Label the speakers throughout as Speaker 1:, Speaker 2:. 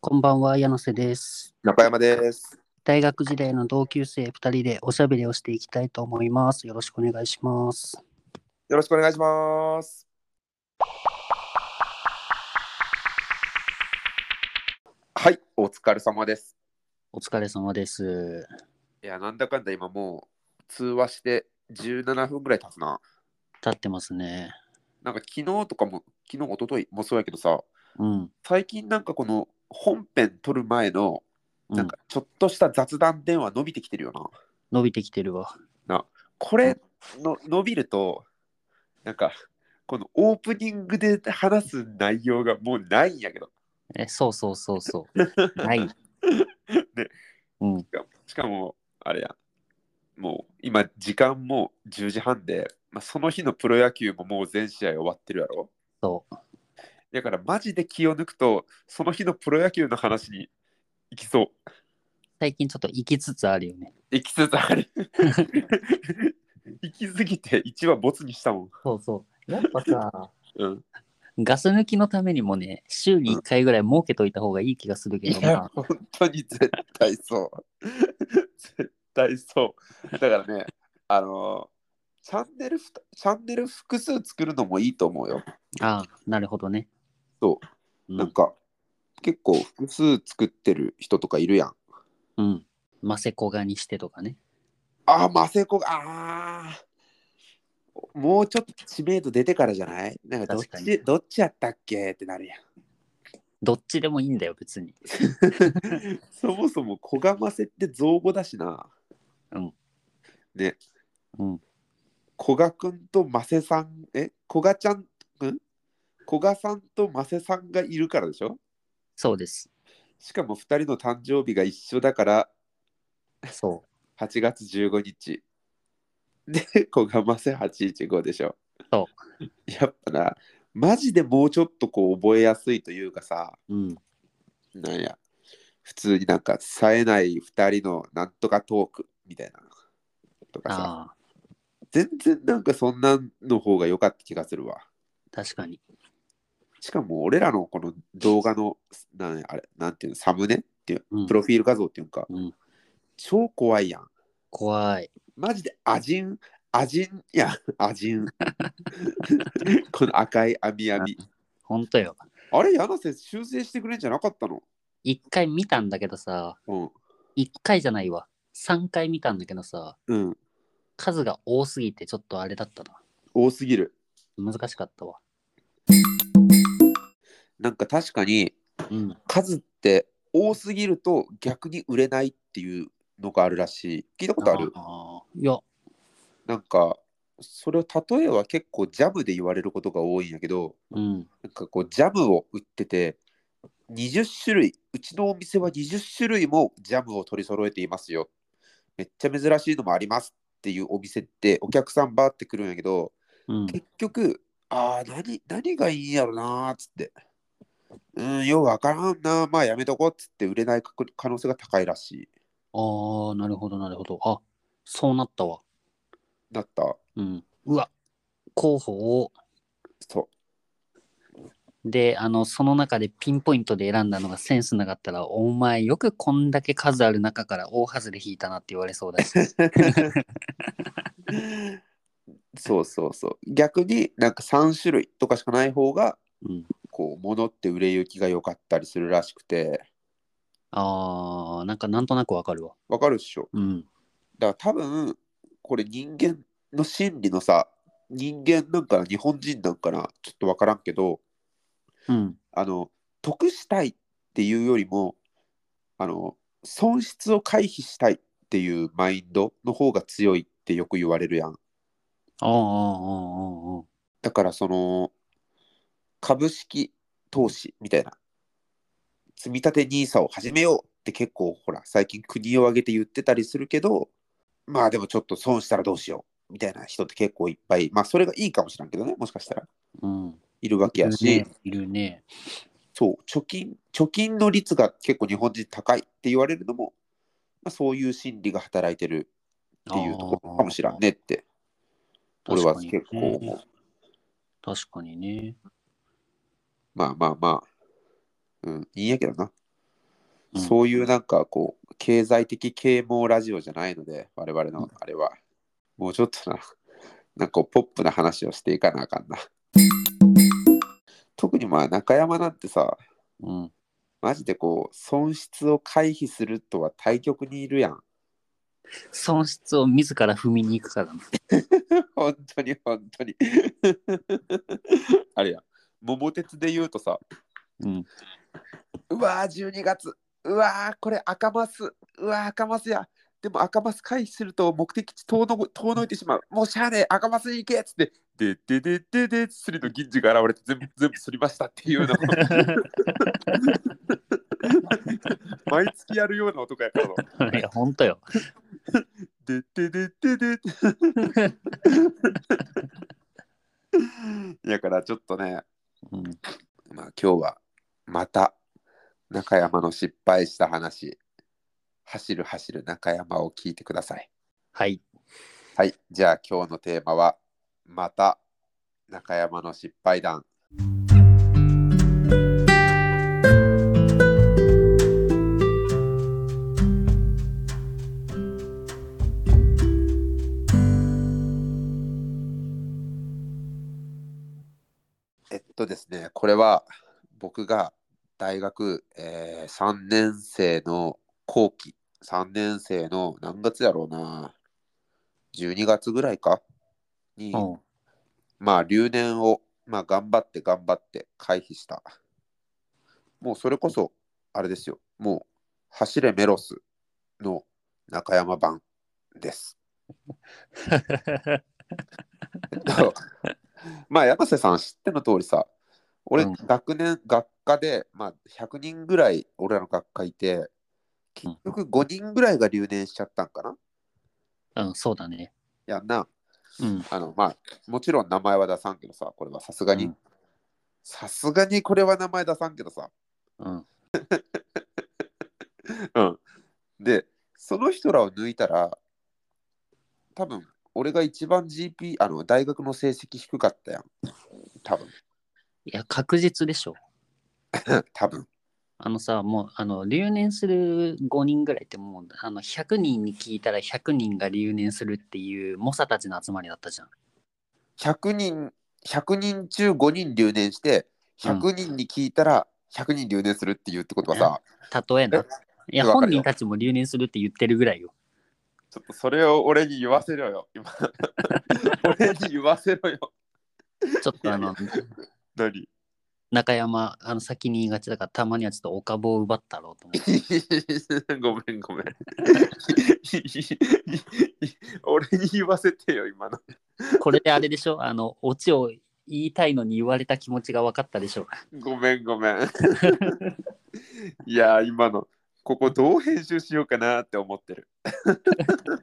Speaker 1: こんばんは、柳瀬です。
Speaker 2: 中山です。
Speaker 1: 大学時代の同級生2人でおしゃべりをしていきたいと思います。よろしくお願いします。
Speaker 2: よろしくお願いします。はい、お疲れ様です。
Speaker 1: お疲れ様です。
Speaker 2: いや、なんだかんだ今もう通話して17分ぐらい経つな。
Speaker 1: 立ってますね。
Speaker 2: なんか昨日とかも、昨日、一昨日もそうやけどさ、
Speaker 1: うん。
Speaker 2: 最近なんかこの本編撮る前の、
Speaker 1: うん
Speaker 2: なんかちょっとした雑談電話伸びてきてるよな。
Speaker 1: 伸びてきてるわ。
Speaker 2: これの伸びると、なんか、このオープニングで話す内容がもうないんやけど。
Speaker 1: え、そうそうそう そう。はい。
Speaker 2: で
Speaker 1: うん。
Speaker 2: しかもしかもあれやもう今時間も10時半で、まあ、その日のプロ野球ももう全試合終わってるやろ
Speaker 1: そう。
Speaker 2: だからマジで気を抜くとその日のプロ野球の話に行きそう
Speaker 1: 最近ちょっと行きつつあるよね。
Speaker 2: 行きつつある行き過ぎて1話ボツにしたもん、
Speaker 1: そうそう。やっぱ さ、
Speaker 2: うん、
Speaker 1: ガス抜きのためにもね、週に1回ぐらい設けといた方がいい気がするけどな。
Speaker 2: 本当に絶対そう絶対そうだからねあのチャンネルふたチャンネル複数作るのもいいと思うよ
Speaker 1: ああ、なるほどね。。
Speaker 2: そう
Speaker 1: う
Speaker 2: なん
Speaker 1: ん。
Speaker 2: か、結構複数作ってる人とかいるやん。
Speaker 1: うん、マセコガにしてとかね。
Speaker 2: ああ、マセコが、ああ、もうちょっと知名度出てからじゃないなんかどっ
Speaker 1: 確か
Speaker 2: ち、どっちやったっけってなるやん。
Speaker 1: どっちでもいいんだよ、別に。
Speaker 2: そもそも、こがませって造語だしな。
Speaker 1: うん。
Speaker 2: ね。
Speaker 1: うん。
Speaker 2: こがくんとませさん、えこがちゃん、んこがさんとませさんがいるからでしょ
Speaker 1: そうです。
Speaker 2: しかも2人の誕生日が一緒だから、
Speaker 1: そう。
Speaker 2: 8月15日。で、こがませ815でしょ。
Speaker 1: そ
Speaker 2: やっぱな、マジでもうちょっとこう覚えやすいというかさ、
Speaker 1: うん。
Speaker 2: なんや、普通になんか冴えない2人のなんとかトークみたいなのとかさ、
Speaker 1: ああ、
Speaker 2: 全然なんかそんなんの方が良かった気がするわ。
Speaker 1: 確かに。
Speaker 2: しかも俺らのこの動画の、なんやあれ、なんていうの、サムネっていう、
Speaker 1: うん
Speaker 2: プロフィール画像っていうか、
Speaker 1: うん
Speaker 2: 超怖いやん。
Speaker 1: 怖い。
Speaker 2: マジでアジン、アジン、いや、アジン。 この赤い網網。
Speaker 1: ほんとよ。
Speaker 2: あれ、柳瀬修正してくれんじゃなかったの
Speaker 1: 一回見たんだけどさ、
Speaker 2: うん。
Speaker 1: 一回じゃないわ。三回見たんだけどさ、
Speaker 2: うん。
Speaker 1: 数が多すぎてちょっとあれだったな。
Speaker 2: 多すぎる。
Speaker 1: 難しかったわ。
Speaker 2: なんか確かに、
Speaker 1: うん。
Speaker 2: 数って多すぎると逆に売れないっていうのがあるらしい。聞いたことある
Speaker 1: あーいや、
Speaker 2: なんか、それを例えは結構ジャムで言われることが多いんやけど、
Speaker 1: うん。
Speaker 2: なんかこう、ジャムを売ってて、20種類、うちのお店は20種類もジャムを取り揃えていますよ。めっちゃ珍しいのもありますっていうお店って、お客さんバーってくるんやけど、
Speaker 1: うん。
Speaker 2: 結局、ああ、何、何がいいんやろなーっつって。うん、ようわからんなー、まあやめとこうっつって売れない確可能性が高いらしい。
Speaker 1: ああ、なるほど、なるほど。あ、そうなったわ。
Speaker 2: だった。
Speaker 1: うん。うわ、候補を、
Speaker 2: そ
Speaker 1: で、あの、その中でピンポイントで選んだのがセンスなかったら、お前よくこんだけ数ある中から大外れ引いたなって言われそう だし。
Speaker 2: う。そうそうそう。逆になんか3種類とかしかない方が、
Speaker 1: うん。
Speaker 2: こう、物って売れ行きが良かったりするらしくて。
Speaker 1: ああ、なんかなんとなくわかるわ。
Speaker 2: わかるっしょ。
Speaker 1: うん。
Speaker 2: だから多分これ人間の心理のさ人間なんかな日本人なんかなちょっとわからんけど
Speaker 1: うん。
Speaker 2: あの得したいっていうよりもあの損失を回避したいっていうマインドの方が強いってよく言われるやん。
Speaker 1: ああ、ああ、ああ、ああ。
Speaker 2: だからその株式投資みたいな積み立て NISA を始めようって結構ほら最近国を挙げて言ってたりするけどまあでもちょっと損したらどうしようみたいな人って結構いっぱいまあそれがいいかもしれんけどねもしかしたら
Speaker 1: うん。
Speaker 2: いるわけやし、
Speaker 1: いるね。いるね
Speaker 2: そう貯金貯金の率が結構日本人高いって言われるのも、まあ、そういう心理が働いてるっていうところかもしれんねって
Speaker 1: ああ
Speaker 2: 俺は
Speaker 1: 確かに
Speaker 2: 結構思う。
Speaker 1: 確かにね。
Speaker 2: まあまあまあ、うん、いいんやけどな。
Speaker 1: うん
Speaker 2: そういうなんかこう、経済的啓蒙ラジオじゃないので、我々のあれは。もうちょっとな、なんかポップな話をしていかなあかんな。特にまあ中山なんてさ、
Speaker 1: うん。
Speaker 2: マジでこう、損失を回避するとは対極にいるやん。
Speaker 1: 損失を自ら踏みに行くからな。
Speaker 2: 本当に本当に。あれや、桃鉄で言うとさ、
Speaker 1: うん。
Speaker 2: うわー、12月。うわー、これ赤マス。うわー、赤マスや。でも赤マス回避すると目的地遠の遠のいてしまう。もうしゃあねえ、赤マスに行けっつって、ででででで、スリの銀次が現れて全部全部すりましたって いうの。毎月やるような男やから の。
Speaker 1: いや、ほんとよ。
Speaker 2: ででででで。だからちょっとね、
Speaker 1: うん。
Speaker 2: まあ今日はまた中山の失敗した話、走る走る中山を聞いてください。
Speaker 1: はい。
Speaker 2: はい、じゃあ今日のテーマはまた中山の失敗談。えっとですね、これは僕が大学、えー3年生の後期、3年生の何月やろうな、12月ぐらいかに、
Speaker 1: おう
Speaker 2: まあ留年を、まあ、頑張って頑張って回避した。もうそれこそ、あれですよ、もう走れメロスの中山版です。 えっとまあ山瀬さん知っての通りさ俺、
Speaker 1: うん
Speaker 2: 学年学科で、まあ、100人ぐらい俺らの学科いて結局5人ぐらいが留年しちゃったんかな、
Speaker 1: うん、そうだね。
Speaker 2: やんな
Speaker 1: うん。
Speaker 2: あのまあもちろん名前は出さんけどさこれはさすが
Speaker 1: う
Speaker 2: に
Speaker 1: ん
Speaker 2: さすがにこれは名前出さんけどさ
Speaker 1: うん。
Speaker 2: うんでその人らを抜いたら多分俺が一番 GP あの大学の成績低かったやん多分
Speaker 1: いや、確実でしょ。
Speaker 2: 多分
Speaker 1: あのさ、もう、あの、留年する5人ぐらいって、もう、あの、100人に聞いたら100人が留年するっていう、猛者たちの集まりだったじゃん。
Speaker 2: 100人、100人中5人留年して、100人に聞いたら100人留年するっていうってことはさ、
Speaker 1: 例えな。いや、
Speaker 2: わか
Speaker 1: 本
Speaker 2: るよ
Speaker 1: 人たちも留年するって言ってるぐらいよ。
Speaker 2: ちょっとそれを俺に言わせろよ、 今。俺に言わせろよ。
Speaker 1: ちょっと あの、
Speaker 2: 何い
Speaker 1: 中山、あの、先に言いがちだから、たまにはちょっとお株を奪ったろうと思って。
Speaker 2: ごめんご めん。俺に言わせてよ、今の。
Speaker 1: これであれでしょあの、オチを言いたいのに言われた気持ちが分かったでしょ
Speaker 2: ごめんごめん。いやー、今の、ここどう編集しようかなって思ってる。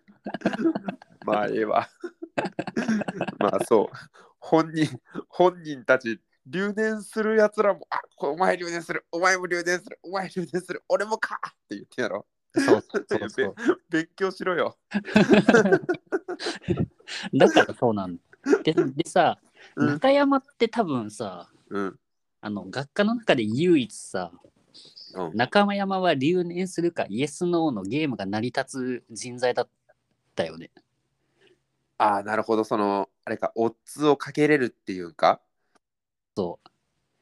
Speaker 2: まあ、ええわ。まあ、そう。本人、本人たち、留年するやつらも、あこれお前留年する、お前も留年する、お前留年する、俺もかって言ってやろ。
Speaker 1: そうそうそうそう。
Speaker 2: 勉強しろよ。
Speaker 1: だからそうなんだ。ででさ、
Speaker 2: うん
Speaker 1: 中山って多分さ、
Speaker 2: うん。
Speaker 1: あの学科の中で唯一さ、
Speaker 2: うん
Speaker 1: 中山は留年するかイエス・ノーのゲームが成り立つ人材だったよね。
Speaker 2: ああ、なるほど。その、あれか、オッズをかけれるっていうか、
Speaker 1: そ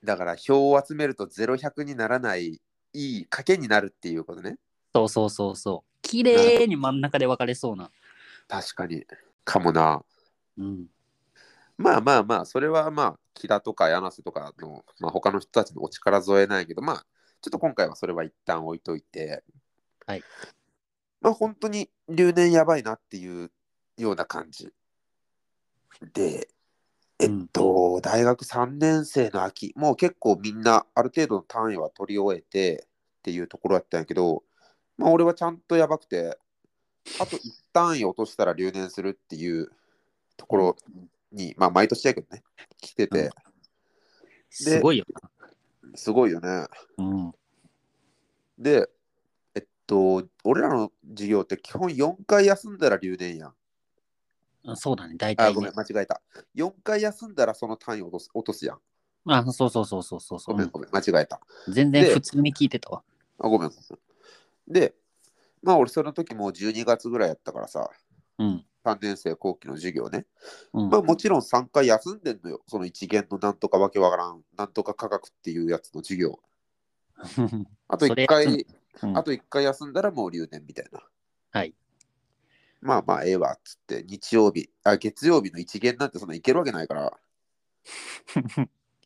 Speaker 1: う。
Speaker 2: だから票を集めると0100にならない、いい賭けになるっていうことね。
Speaker 1: そうそうそうそう。綺麗に真ん中で分かれそうな。
Speaker 2: 確かに。かもな。
Speaker 1: うん。
Speaker 2: まあまあまあ、それはまあ、木田とか柳瀬とかの、まあ、他の人たちのお力添えないけど、まあ、ちょっと今回はそれは一旦置いといて、
Speaker 1: はい。
Speaker 2: まあ、本当に留年やばいなっていうような感じ。で、えっと、大学3年生の秋、もう結構みんなある程度の単位は取り終えてっていうところだったんやけど、まあ、俺はちゃんとやばくて、あと1単位落としたら留年するっていうところに、まあ、毎年やけどね、来てて、
Speaker 1: すごいよ
Speaker 2: すごいよね。
Speaker 1: な。うん。
Speaker 2: で、えっと、俺らの授業って基本4回休んだら留年やん。
Speaker 1: あそうだね、大
Speaker 2: あ、
Speaker 1: 体
Speaker 2: ご
Speaker 1: ね
Speaker 2: めん、。間違えた。4回休んだらその単位落とす落とすやん。
Speaker 1: あ、そうそうそうそうそうそ
Speaker 2: ごめん、
Speaker 1: う。
Speaker 2: ごめん、間違えた。
Speaker 1: 全然
Speaker 2: で
Speaker 1: 普通に聞いてたわ。
Speaker 2: あ、ごめん。ごめんで、まあ俺その時もう12月ぐらいやったからさ、
Speaker 1: うん。
Speaker 2: 3年生後期の授業ね。
Speaker 1: うん。
Speaker 2: まあもちろん3回休んでんのよ。その一元のなんとかわけわからん、なんとか科学っていうやつの授業。 あと
Speaker 1: それ
Speaker 2: 1
Speaker 1: 休ん
Speaker 2: 回、
Speaker 1: うん
Speaker 2: あと一回休んだらもう留年みたいな。
Speaker 1: はい。
Speaker 2: まあまあええわっつって、日曜日、あ、月曜日の一元なんてそんな行けるわけないから、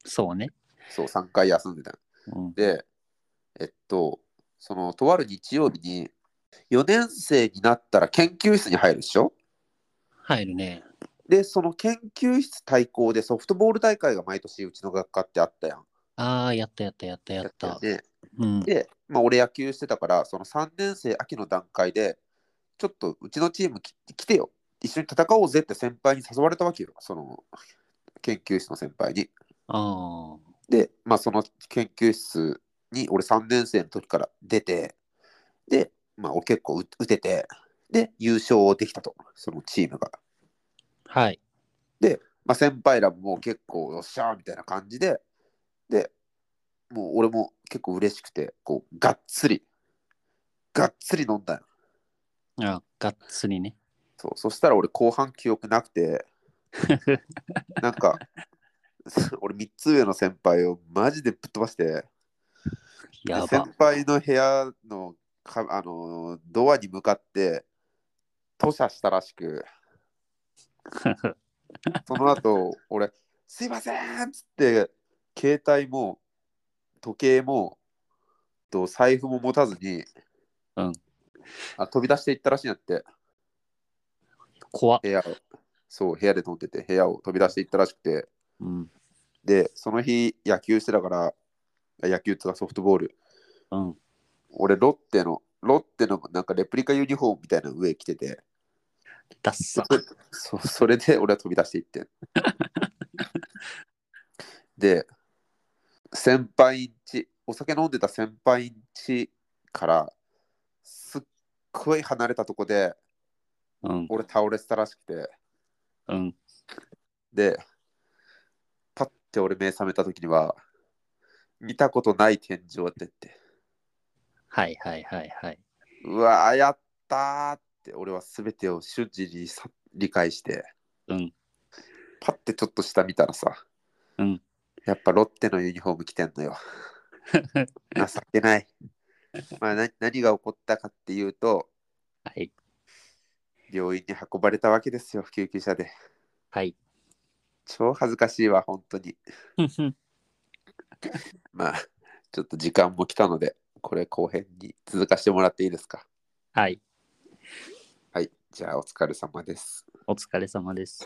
Speaker 1: そうね。
Speaker 2: そう3回休んでたの
Speaker 1: うん。
Speaker 2: で、えっと、そのとある日曜日に、4年生になったら研究室に入るでしょ
Speaker 1: 入るね。
Speaker 2: で、その研究室対抗でソフトボール大会が毎年うちの学科ってあったやん。
Speaker 1: ああ、やったやったやったや
Speaker 2: や
Speaker 1: っ
Speaker 2: った
Speaker 1: た
Speaker 2: よ。ね。
Speaker 1: うん。
Speaker 2: で、まあ、俺野球してたから、その3年生秋の段階で、ちょっとうちのチームき来てよ、一緒に戦おうぜって先輩に誘われたわけよ、その研究室の先輩に。
Speaker 1: あ
Speaker 2: で、まあ、その研究室に俺3年生の時から出て、で、まあ、俺結構う打てて、で、優勝できたと、そのチームが。
Speaker 1: あ。はい。
Speaker 2: まあ、先輩らももう結構よっしゃーみたいな感じで、で、もう俺も結構嬉しくて、こう、がっつり、がっつり飲んだよ。
Speaker 1: あがっつりね。
Speaker 2: そうそしたら俺後半記憶なくて なんか 俺3つ上の先輩をマジでぶっ飛ばしてで
Speaker 1: やば
Speaker 2: 先。輩の部屋のかあのドアに向かって吐射したらしくその後俺「すいません!」っつって携帯も時計もと財布も持たずに、
Speaker 1: うん
Speaker 2: あ飛び出していったらしいなって
Speaker 1: 怖っ。
Speaker 2: 部屋を、そう、部屋で飲んでて、部屋を飛び出していったらしくて、
Speaker 1: うん。
Speaker 2: で、その日、野球してたから、あ野球っていうかソフトボール、
Speaker 1: うん。
Speaker 2: 俺、ロッテの、ロッテのなんかレプリカユニフォームみたいなの上着てて、
Speaker 1: ダッサ。
Speaker 2: そ それで俺は飛び出していってん。で、先輩んち、お酒飲んでた先輩んちから、すっごい離れたとこで、
Speaker 1: うん。
Speaker 2: 俺倒れてたらしくて、
Speaker 1: うん。
Speaker 2: で、パッて俺目覚めた時には、見たことない天井ってって、
Speaker 1: はいはいはいはい。
Speaker 2: うわー、やったーって、俺は全てを瞬時にさ理解して、
Speaker 1: うん。
Speaker 2: パッてちょっと下見たらさ、
Speaker 1: うん
Speaker 2: やっぱロッテのユニフォーム着てん のよ。情けない。まあ、な何が起こったかっていうと、
Speaker 1: はい。
Speaker 2: 病院に運ばれたわけですよ、救急車で。
Speaker 1: はい。
Speaker 2: 超恥ずかしいわ、本当に。まあ、ちょっと時間も来たので、これ後編に続かしてもらっていいですか。
Speaker 1: はい。
Speaker 2: はい、じゃあお疲れ様です。
Speaker 1: お疲れ様です。